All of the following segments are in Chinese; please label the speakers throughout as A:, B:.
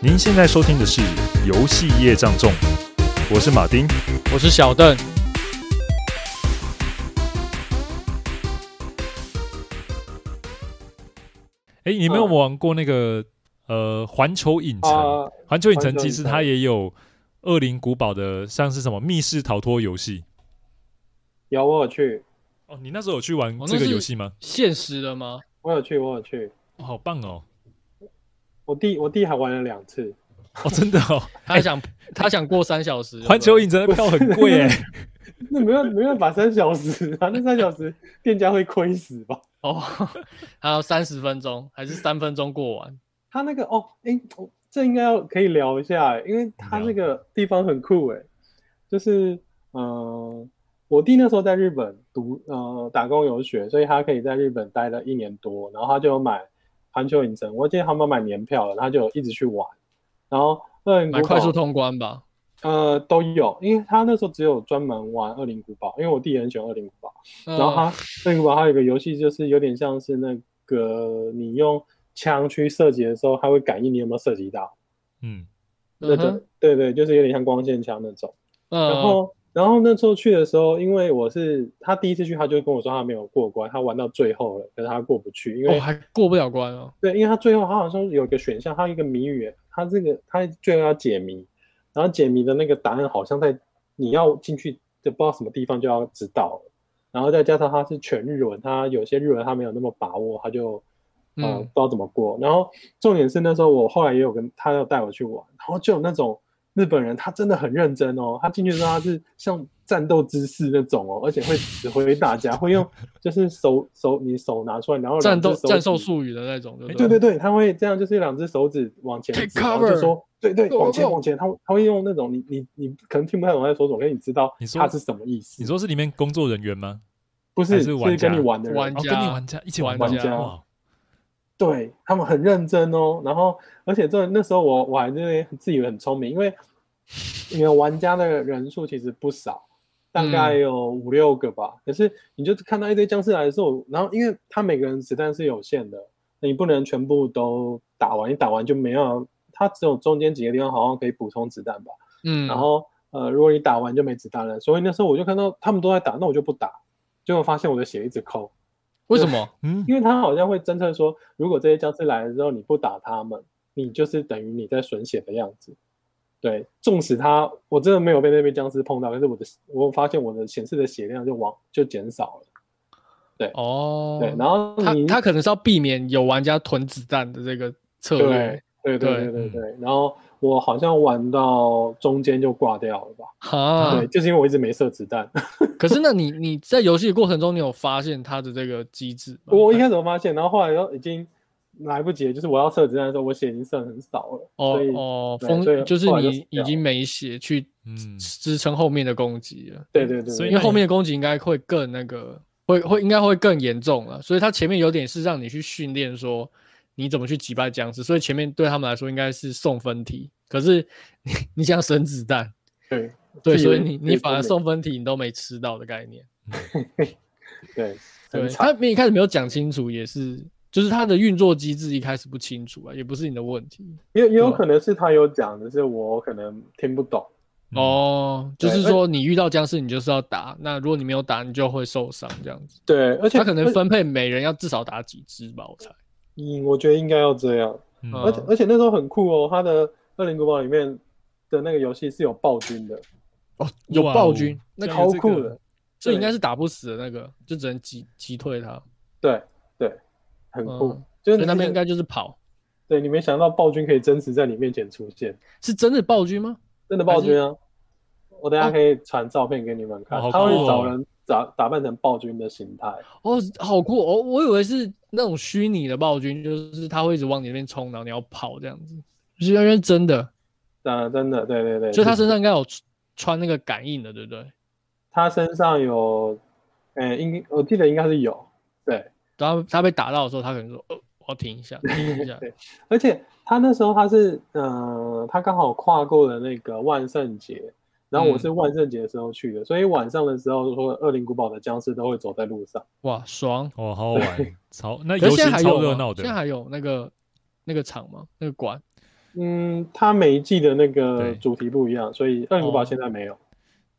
A: 您现在收听的是《游戏业障重》，我是马丁。
B: 我是小邓。哎、你们有没有玩过那个、呃环球影城？
C: 啊，
B: 环球影
C: 环
B: 城
C: 球
B: 其
C: 影
B: 实
C: 城
B: 它也有恶灵古堡的，像是什么密室逃脱游戏。
C: 有我有去，
B: 哦，你那时候有去玩
D: 哦那
B: 这个
D: 是
B: 游戏吗？
D: 现实的吗？
C: 我有去，我有去。
B: 哦，好棒哦！
C: 我弟我弟还玩了两次，
B: 哦，真的哦，
D: 他想、他想过三小时，
B: 环球
D: 有
B: 影城的票很贵哎、
C: 那 没有没办法三小时啊，那三小时店家会亏死吧？
D: 没有哦，还有三十分钟还是三分钟过完？
C: 他那个哦，哎、我这应该要可以聊一下、因为他那个地方很酷哎、就是嗯、呃我弟那时候在日本读呃打工游学，所以他可以在日本待了一年多，然后他就有买环球影城，我记得他们买年票了，他就一直去玩，然后恶灵
D: 买
C: 古
D: 快速
C: 堡
D: 通关吧。
C: 呃都有，因为他那时候只有专门玩恶灵古堡，因为我弟也很喜欢恶灵古堡，
D: 然
C: 然后它那个吧，它有一个游戏，就是有点像是那个你用枪去射击的时候，它会感应你有没有射击到。
B: 嗯，
C: 那种、
D: 嗯
C: 对对，就是有点像光线枪那种。
D: 嗯，
C: 然后然后那时候去的时候，因为我是他第一次去，他就跟我说他没有过关，他玩到最后了，可是他过不去，因为、
D: 哦还过不了关哦，
C: 对，因为他最后他好像有一个选项，他有一个谜语，他这个他最后要解谜，然后解谜的那个答案好像在你要进去的不知道什么地方就要知道了，然后再加上他是全日文，他有些日文他没有那么把握，他就呃、
D: 嗯
C: 不知道怎么过。然后重点是那时候我后来也有跟他要带我去玩，然后就有那种日本人他真的很认真哦，他进去之后 他是像战斗姿势那种哦，而且会指挥大家，会用就是手手你手拿出来，然后
D: 战
C: 两只
D: 斗
C: 手
D: 战术
C: 指
D: 术语的那种，对不
C: 对对对，他会这样，就是两只手指往前
D: Take
C: 指，然后就
D: cover
C: 说，对对，
D: Go,
C: 往前
D: go, go
C: 往前，他会他会用那种你你你可能听不太懂他在说什么，可是你知道
B: 你说
C: 他是什么意思。
B: 你说是里面工作人员吗？
C: 不
B: 还
C: 是
B: 是玩家
C: 跟你玩的人
D: 玩，
B: 哦，
D: 家
B: 跟你玩家一起玩
D: 玩
C: 家
B: 哇
C: 对他们很认真哦。然后而且这那时候我我还认为自以为很聪明，因为你们玩家的人数其实不少，大概
D: 嗯
C: 有五六个吧。可是你就看到一堆僵尸来的时候，然后因为他每个人子弹是有限的，你不能全部都打完，你打完就没有。他只有中间几个地方好像可以补充子弹吧，
D: 嗯，
C: 然后呃，如果你打完就没子弹了，所以那时候我就看到他们都在打，那我就不打，结果发现我的血一直扣，
D: 为什么？
B: 嗯，
C: 因为他好像会侦测说，如果这些僵尸来了之后你不打他们，你就是等于你在损血的样子。对，纵使他我真的没有被那边僵尸碰到，可是我的我发现我的显示的血量就往就减少了。
D: 哦，
C: 对，然后
D: 他
C: 你
D: 他可能是要避免有玩家囤子弹的这个策略
C: 对。对对对
D: 对
C: 对
B: 嗯
C: 对，然后我好像玩到中间就挂掉了吧？
D: 哈嗯
C: 对，，就是因为我一直没射子弹。
D: 可是那你你在游戏的过程中，你有发现他的这个机制吗？
C: 我一开始有发现，然后后来又已经来不及了，就是我要射子弹的时候，我血已经剩很少了，
D: 哦
C: 所以
D: 哦，
C: 对所以
D: 封就是
C: 后来就死
D: 你
C: 掉
D: 已
C: 了
D: 经没血去
B: 嗯
D: 支撑后面的攻击了，
C: 对对对，
B: 所以
D: 因为
B: 那
D: 后
B: 你
D: 面的攻击应该会更那个，会会应该会更严重了，所以他前面有点是让你去训练说你怎么去击败僵尸，所以前面对他们来说应该是送分题，可是你你想省子弹，
C: 对
D: 对，
C: 自以
D: 所以
C: 为
D: 你
C: 自以
D: 你
C: 为
D: 反而
C: 聪
D: 送分题你都没吃到的概念。
C: 对很
D: 对，
C: 惨
D: 他一开始没有讲清楚，也是就是他的运作机制一开始不清楚啊，也不是你的问题
C: 也也有
D: 对
C: 可能是他有讲，只是我可能听不懂。
B: 嗯
D: 哦。就
C: 对
D: 是
C: 而
D: 说你遇到僵尸，你就是要打，那如果你没有打，你就会受伤这样子。
C: 对，而且
D: 他可能
C: 而
D: 分配每人要至少打几只吧，我猜。
C: 嗯，我觉得应该要这样。
B: 嗯
C: 而且
D: 嗯
C: 而且那时候很酷哦，他的《恶灵古堡》里面的那个游戏是有暴君的，
D: 哦，有
B: 哇
D: 暴
B: 哦
D: 君，那
B: 这
D: 个
B: 样
C: 超
B: 这个
C: 酷的，
D: 这应该是打不死的那个，就只能击击退他。
C: 对对，很酷。
D: 嗯
C: 就
D: 所
C: 是
D: 以
C: 你
D: 那边应
C: 没
D: 该就是跑，
C: 对你没想到暴君可以真实在你面前出现，
D: 是真的暴君吗？
C: 真的暴君啊！我
D: 哦
C: 等下可以传照片给你们看，
B: 哦好
C: 他会
B: 酷哦
C: 找人打打扮成暴君的形态。
D: 哦，好酷哦！我以为是那种虚拟的暴君，就是他会一直往你那边冲，然后你要跑这样子，就是因为真的。
C: 嗯，真的，对对对，
D: 所以他
C: 是
D: 身上应该有穿穿那个感应的，对不对？
C: 他身上有，呃，应我记得应该是有，对，
D: 然后他被打到的时候，他可能说：“呃，我要停一下，停一下。
C: 对而且他那时候他是，呃，他刚好跨过了那个万圣节，然
B: 嗯
C: 后我是万圣节的时候去的，所以晚上的时候说恶灵古堡的僵尸都会走在路上。”
D: 哇，爽！
B: 哦，好好玩，超那
D: 可
B: 游
D: 是
B: 戏
D: 现在还
B: 超
D: 有
B: 热
D: 吗
B: 闹的
D: 现在，还有那个那个场吗？那个馆？
C: 嗯，它每一季的那个
B: 对
C: 主题不一样，所以二零五堡
B: 哦
C: 现在没有。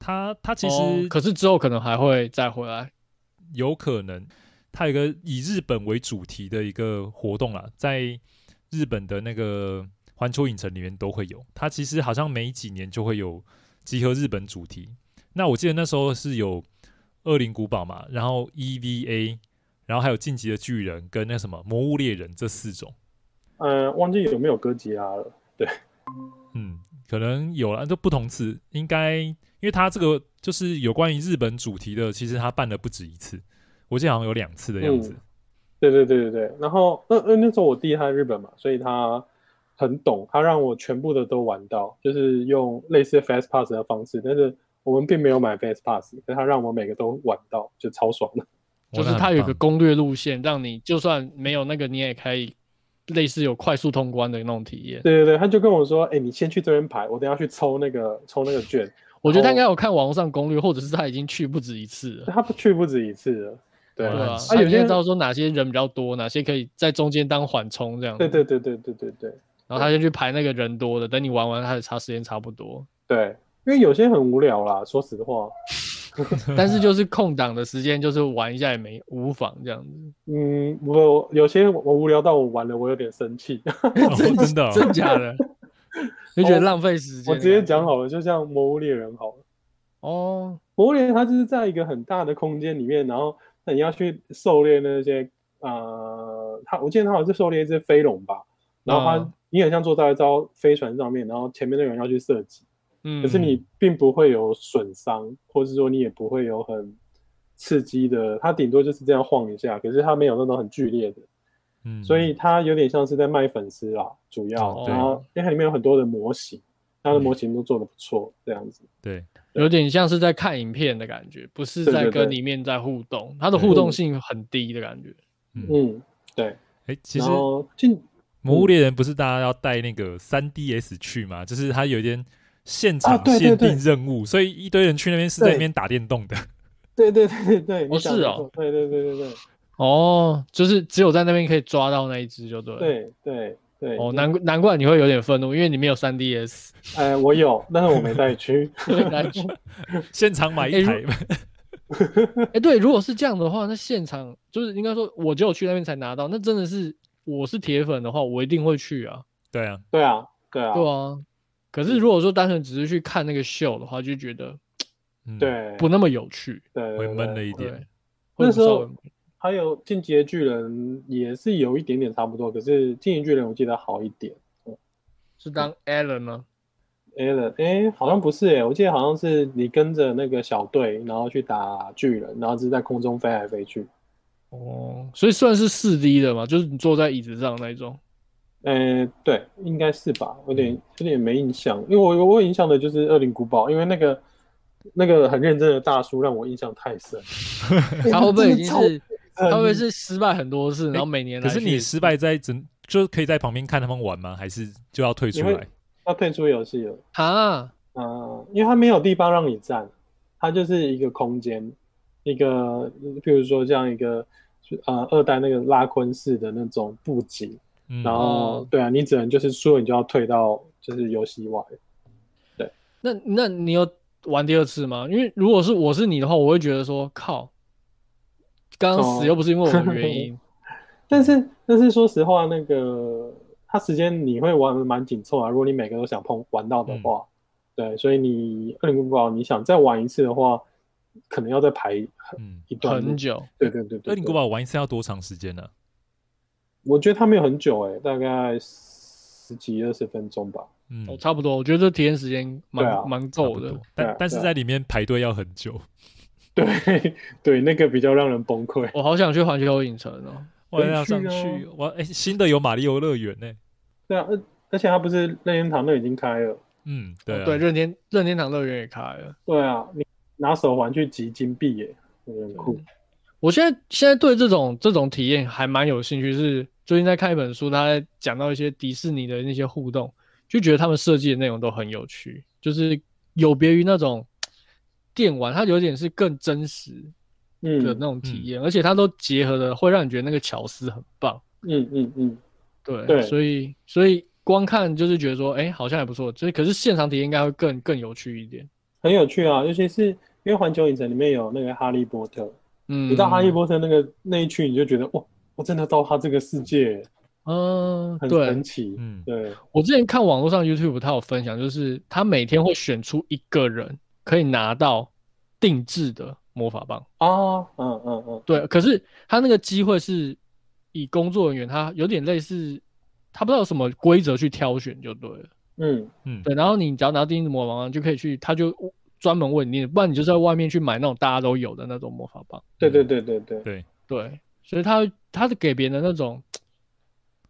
B: 它它其
D: 哦
B: 实
D: 可是之后可能还会再回来。
B: 有可能，它有一个以日本为主题的一个活动啦，在日本的那个环球影城里面都会有。它其实好像每几年就会有集合日本主题。那我记得那时候是有《恶灵古堡》嘛，然后 EVA，然后还有《晋级的巨人》跟那什么《魔物猎人》这四种。
C: 呃，忘记有没有哥吉拉了。
B: 嗯，可能有了，就不同次，应该因为他这个就是有关于日本主题的，其实他办了不止一次，我记得好像有两次的样
D: 哦
B: 子。
C: 对对对对对。然后，那、呃、那时候我弟他在日本嘛，所以他很懂，他让我全部的都玩到，就是用类似 Fast Pass 的方式，但是我们并没有买 Fast Pass，但他让我每个都玩到，就超爽的。
B: 哇
D: 就是
B: 那很
D: 它有一
B: 棒
D: 个攻略路线，让你就算没有那个，你也可以类似有快速通关的那种体验。
C: 对对对，他就跟我说：“哎、你先去这边排，我等一下去抽那个抽那个券。
D: 我觉得他
C: 哦
D: 应该有看网络上攻略，或者是他已经去不止一次”了。
C: 他去不止一次了。对
D: 对啊
B: 啊，
D: 他
C: 有
D: 有
C: 些
D: 些
C: 人
D: 知道说哪些人比较多，哪些可以在中间当缓冲这样。
C: 对对对对对对对
D: 然后他先去排那个人多的，等你玩完，他的差时间差不 多。
C: 对，因为有些很无聊啦，说实话，
D: 但是就是空档的时间，就是玩一下也没无妨这样子。
C: 嗯，我有些我无聊到我玩了，我有点生气。
B: 哦 真的哦、
D: 真假的？ 你觉得浪费时间？
C: 哦我直接讲好了，就像《魔物猎人》好了，《
D: 哦，
C: 魔物猎人》它就是在一个很大的空间里面，然后那你要去狩猎那些呃，它我记得它好像是狩猎一只飞龙吧，然后它、
D: 嗯
C: 你很像坐在一艘飞船上面，然后前面那个人要去射击，
D: 嗯。
C: 可是你并不会有损伤，或是说你也不会有很刺激的，它顶多就是这样晃一下，可是它没有那种很剧烈的。
B: 嗯
C: 所以它有点像是在卖粉丝啦，主要，
B: 哦
D: 对
C: 然后因为它里面有很多的模型，它的模型都做的不错，这样子。
B: 对，
D: 有点像是在看影片的感觉，不是
C: 对对
D: 在
C: 对
D: 跟里面在互动，它的互动性很低的感觉。
B: 嗯，
C: 嗯，对。
B: 哎、其
C: 然
B: 实《
C: 后进
B: 魔物猎人》不是大家要带那个三 DS 去嘛，就是它有一点现
C: 啊
B: 场
C: 对对
B: 限
C: 对
B: 定任务，所以一堆人去那边是在那边打电动的。
C: 对对对对对，你
D: 哦
C: 讲
D: 是
C: 得
D: 哦
C: 不错，对对对对
D: 哦，就是只有在那边可以抓到那一只，就对了。。
C: 对对对对。
D: 哦，难怪难怪你会有点愤怒，因为你没有 3DS
C: 哎，我有，但是我没带去。
D: 难怪。
B: 现场买
D: 哎
B: 一
D: 如
B: 台，
D: 哎、对，如果是这样的话，那现场就是应该说，我只有去那边才拿到，那真的是我是铁粉的话，我一定会去啊。
B: 对啊，
C: 对啊，对啊，
D: 对啊。可是如果说单纯只是去看那个秀的话，就觉得
B: 嗯，
C: 对
D: 不那么有趣。
C: 对对
B: 会
C: 对
B: 闷了一
D: 对
B: 点。，
D: 会
C: 那时
D: 稍微
C: 候还有《进击的巨人》也是有一点点差不多，可是《进击的巨人》我记得好一点。
D: 是当 Alan 吗？
C: A 了，哎，好像不是哎，我记得好像是你跟着那个小队，然后去打巨人，然后只是在空中飞来飞去。
D: 哦，所以算是四 D 的嘛，就是你坐在椅子上那一 种。
C: 呃，对，应该是吧，有点有点没印象，因为我我有印象的就是《恶灵古堡》，因为那个那个很认真的大叔让我印象太深。 哎呃
D: 他会不会已经 是，他
C: 他
D: 会不会
C: 真的超
D: 是
C: 嗯
D: 失败很多次，然后每年
B: 哎可
D: 来
B: 是你
D: 去
B: 失败在整，就是可以在旁边看他们玩吗？还是就要退出
C: 你会
B: 来？
C: 要退出游戏了？
D: 啊？
C: 嗯、因为他没有地方让你站，它就是一个空间，一个譬如说像一个呃二代那个拉昆式的那种布景，
B: 嗯，
C: 然后
D: 哦
C: 对啊，你只能就是输了，你就要退到就是游戏外。
D: 那那你有玩第二次吗？因为如果是我是你的话，我会觉得说靠，刚刚
C: 哦
D: 死又不是因为我 的原因。
C: 但是但是说实话，那个它时间你会玩得蛮紧凑啊。如果你每个都想碰玩到的
D: 嗯
C: 话，对，所以你《恶灵古堡》你想再玩一次的话，可能要再排
B: 嗯，
C: 一段路
D: 很。久，
C: 对对对对
B: 《恶灵古
C: 对
B: 堡》玩一次要多长时间呢、
C: 我觉得它没有很久哎、大概十几二十分钟吧。
B: 嗯，
D: 哦，差不多，我觉得这体验时间蛮、
C: 对啊
D: 蛮
B: 差
D: 够
B: 不
D: 的
B: 多。。
C: 对
B: 但
C: 啊
B: 但是
C: 对啊
B: 在里面排队要很久。
C: 对 对，那个比较让人崩溃。
D: 我好想去环球影城哦，
B: 我
C: 回
B: 要
C: 去
B: 上
C: 哦
B: 去，我哎、新的有马里奥乐园呢。
C: 对啊，而而且它不是任天堂那已经开了。
B: 嗯，对、啊、
D: 哦对，任天任天堂乐园也开了。
C: 对啊，你拿手环去集金币耶，有点酷。
D: 我现在现在对这种这种体验还蛮有兴趣，是最近在看一本书，他在讲到一些迪士尼的那些互动，就觉得他们设计的内容都很有趣，就是有别于那种电玩，它有点是更真实
C: 嗯
D: 的那种体验，而且它都结合的会让你觉得那个巧思很棒。
C: 嗯嗯嗯，
D: 对，
C: 对
D: 所以所以光看就是觉得说，哎、好像还不错。就是可是现场体验应该会更更有趣一点。
C: 很有趣啊，尤其是因为环球影城里面有那个哈利波特，
D: 嗯，
C: 你到哈利波特那个那一区，你就觉得哇，我真的到他这个世界，
D: 嗯，
C: 很
D: 对
C: 神，奇。
B: 嗯，
C: 对，
D: 我之前看网络上 YouTube 他有分享，就是他每天会选出一个人可以拿到定制的魔法棒。
C: 啊，嗯嗯嗯，
D: 对，可是他那个机会是以工作人员，他有点类似，他不知道有什么规则去挑选就对了。
C: 嗯，
B: 嗯，
D: 对，然后你只要拿定制魔法棒，就可以去，他就专门为你定，不然你就是在外面去买那种大家都有的那种魔法棒。
C: 对对对对对，
B: 对，
D: 对，所以他他的给别人的那种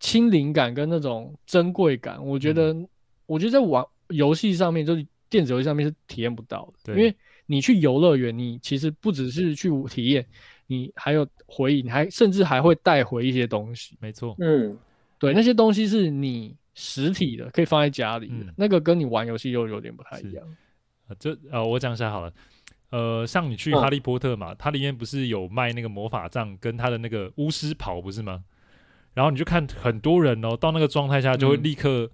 D: 亲灵感跟那种珍贵感，我觉得，
B: 嗯
D: 我觉得在玩游戏上面，就是电子游戏上面是体验不到的，
B: 对
D: 因为你去游乐园，你其实不只是去体验，你还有回忆，你还甚至还会带回一些东西。
B: 没错，
C: 嗯，
D: 对，那些东西是你实体的，可以放在家里的，
B: 嗯
D: 那个跟你玩游戏又有点不太
B: 是
D: 一样。
B: 呃这呃，我讲一下好了。呃，像你去
C: 嗯
B: 哈利波特嘛，它里面不是有卖那个魔法杖跟它的那个巫师袍，不是吗？然后你就看很多人哦，到那个状态下就会
D: 嗯
B: 立刻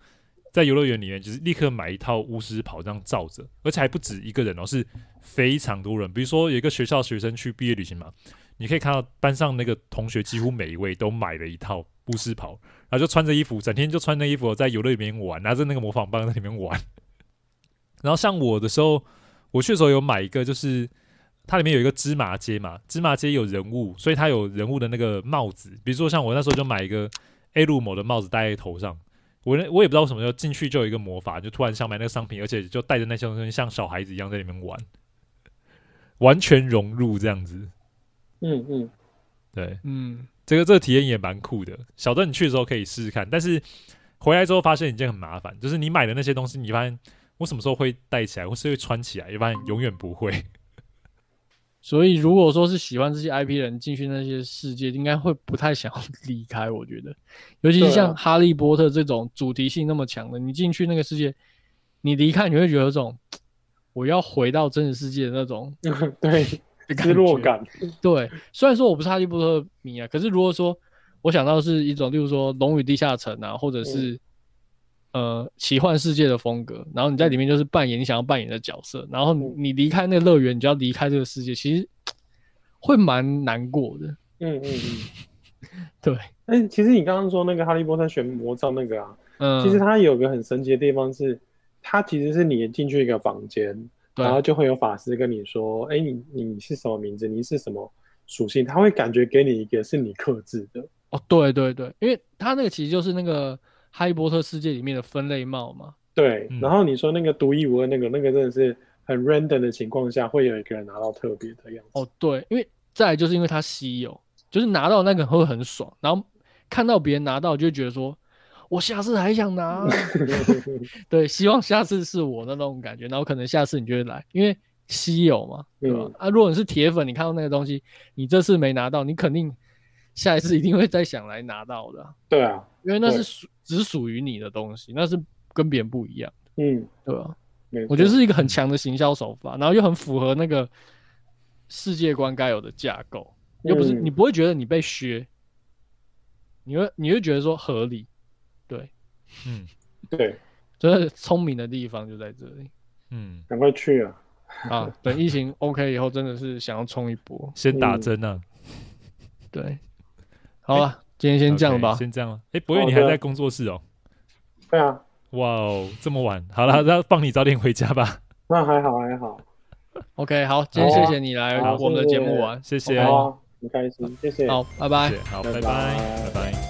B: 在游乐园里面，就是立刻买一套巫师袍这样罩着，而且还不止一个人哦，是非常多人。比如说有一个学校学生去毕业旅行嘛，你可以看到班上那个同学几乎每一位都买了一套巫师袍，然后就穿着衣服，整天就穿着衣服哦在游乐园里面玩，拿着那个模仿棒在里面玩。然后像我的时候，我去的时候有买一个，就是它里面有一个芝麻街嘛，芝麻街有人物，所以它有人物的那个帽子。比如说像我那时候就买一个 A 路某的帽子戴在头上，我那我也不知道为什么，就进去就有一个魔法，就突然想买那个商品，而且就带着那些东西像小孩子一样在里面玩，完全融入这样子。
C: 嗯嗯，
B: 对，
D: 嗯，
B: 这个这个体验也蛮酷的。小邓，你去的时候可以试试看，但是回来之后发现一件很麻烦，就是你买的那些东西，你发现我什么时候会戴起来，或是会穿起来，一般永远不会。
D: 所以如果说是喜欢这些 IP 的人进去那些世界，应该会不太想要 离开。我觉得，尤其是
C: 对啊
D: 像哈利波特这种主题性那么强的，你进去那个世界，你离开你会觉得有种我要回到真实世界的那种
C: 嗯 对，
D: 的感
C: 失落
D: 觉。
C: 感，
D: 对，虽然说我不是哈利波特迷啊，可是如果说我想到是一种，例如说《龙与地下城》啊，或
C: 嗯
D: 者是、呃奇幻世界的风格，然后你在里面就是扮演你想要扮演的角色，然后你
C: 嗯
D: 你离开那个乐园，你就要离开这个世界，其实会蛮难过的。
C: 嗯嗯嗯。
D: 对，
C: 哎，其实你刚刚说那个哈利波特选魔杖那个啊，
D: 嗯，
C: 其实它有个很神奇的地方是，它其实是你进去一个房间，
D: 对啊
C: 然后就会有法师跟你说，哎，你你是什么名字，你是什么属性，他会感觉给你一个是你克制的，
D: 哦，对对对，因为它那个其实就是那个哈利波特世界里面的分类帽嘛。
C: 对
B: 嗯。
C: 然后你说那个独一无二那个，那个真的是很 random 的情况下，会有一个人拿到特别的样子
D: 哦，，对，因为再来就是因为它稀有，就是拿到那个会很爽，然后看到别人拿到就会觉得说，我下次还想拿，
C: 嗯
D: 对，希望下次是我的那种感觉，然后可能下次你就会来，因为稀有嘛，对吧？
C: 嗯
D: 啊，如果你是铁粉，你看到那个东西，你这次没拿到，你肯定下一次一定会再想来拿到的啊，
C: 对啊，
D: 因为那是
C: 对
D: 属只属于你的东西，那是跟别人不一样，
C: 嗯，
D: 对吧、
C: 没错嗯
D: 我觉得是一个很强的行销手法，然后又很符合那个世界观该有的架构，又不是
C: 嗯
D: 你不会觉得你被削，你会你会觉得说合理，对，
B: 嗯
C: 对，
D: 真的聪明的地方就在这里
B: 嗯，
C: 赶快去啊，
D: 啊！等疫 情 OK 以后，真的是想要冲一波，
B: 先打针啊，
C: 哎
D: 对，好了，今天先这样
B: OK，
D: 吧，
B: 先这样了。哎，博越，
C: 好
B: 你还
C: 的
B: 在工作室哦？
C: 对啊，
B: 哇哦，这么晚，好了，那放你早点回家吧。
C: 那还好还好，
D: OK，好，今天
C: 好啊
D: 谢谢你来
C: 好
D: 我们的节目
C: 谢谢
D: 玩，
B: 谢谢，
C: 好啊，很开心，谢谢，
D: 好，拜拜
B: 谢谢。好，
C: 拜
B: 拜拜，
C: 拜
B: 拜拜。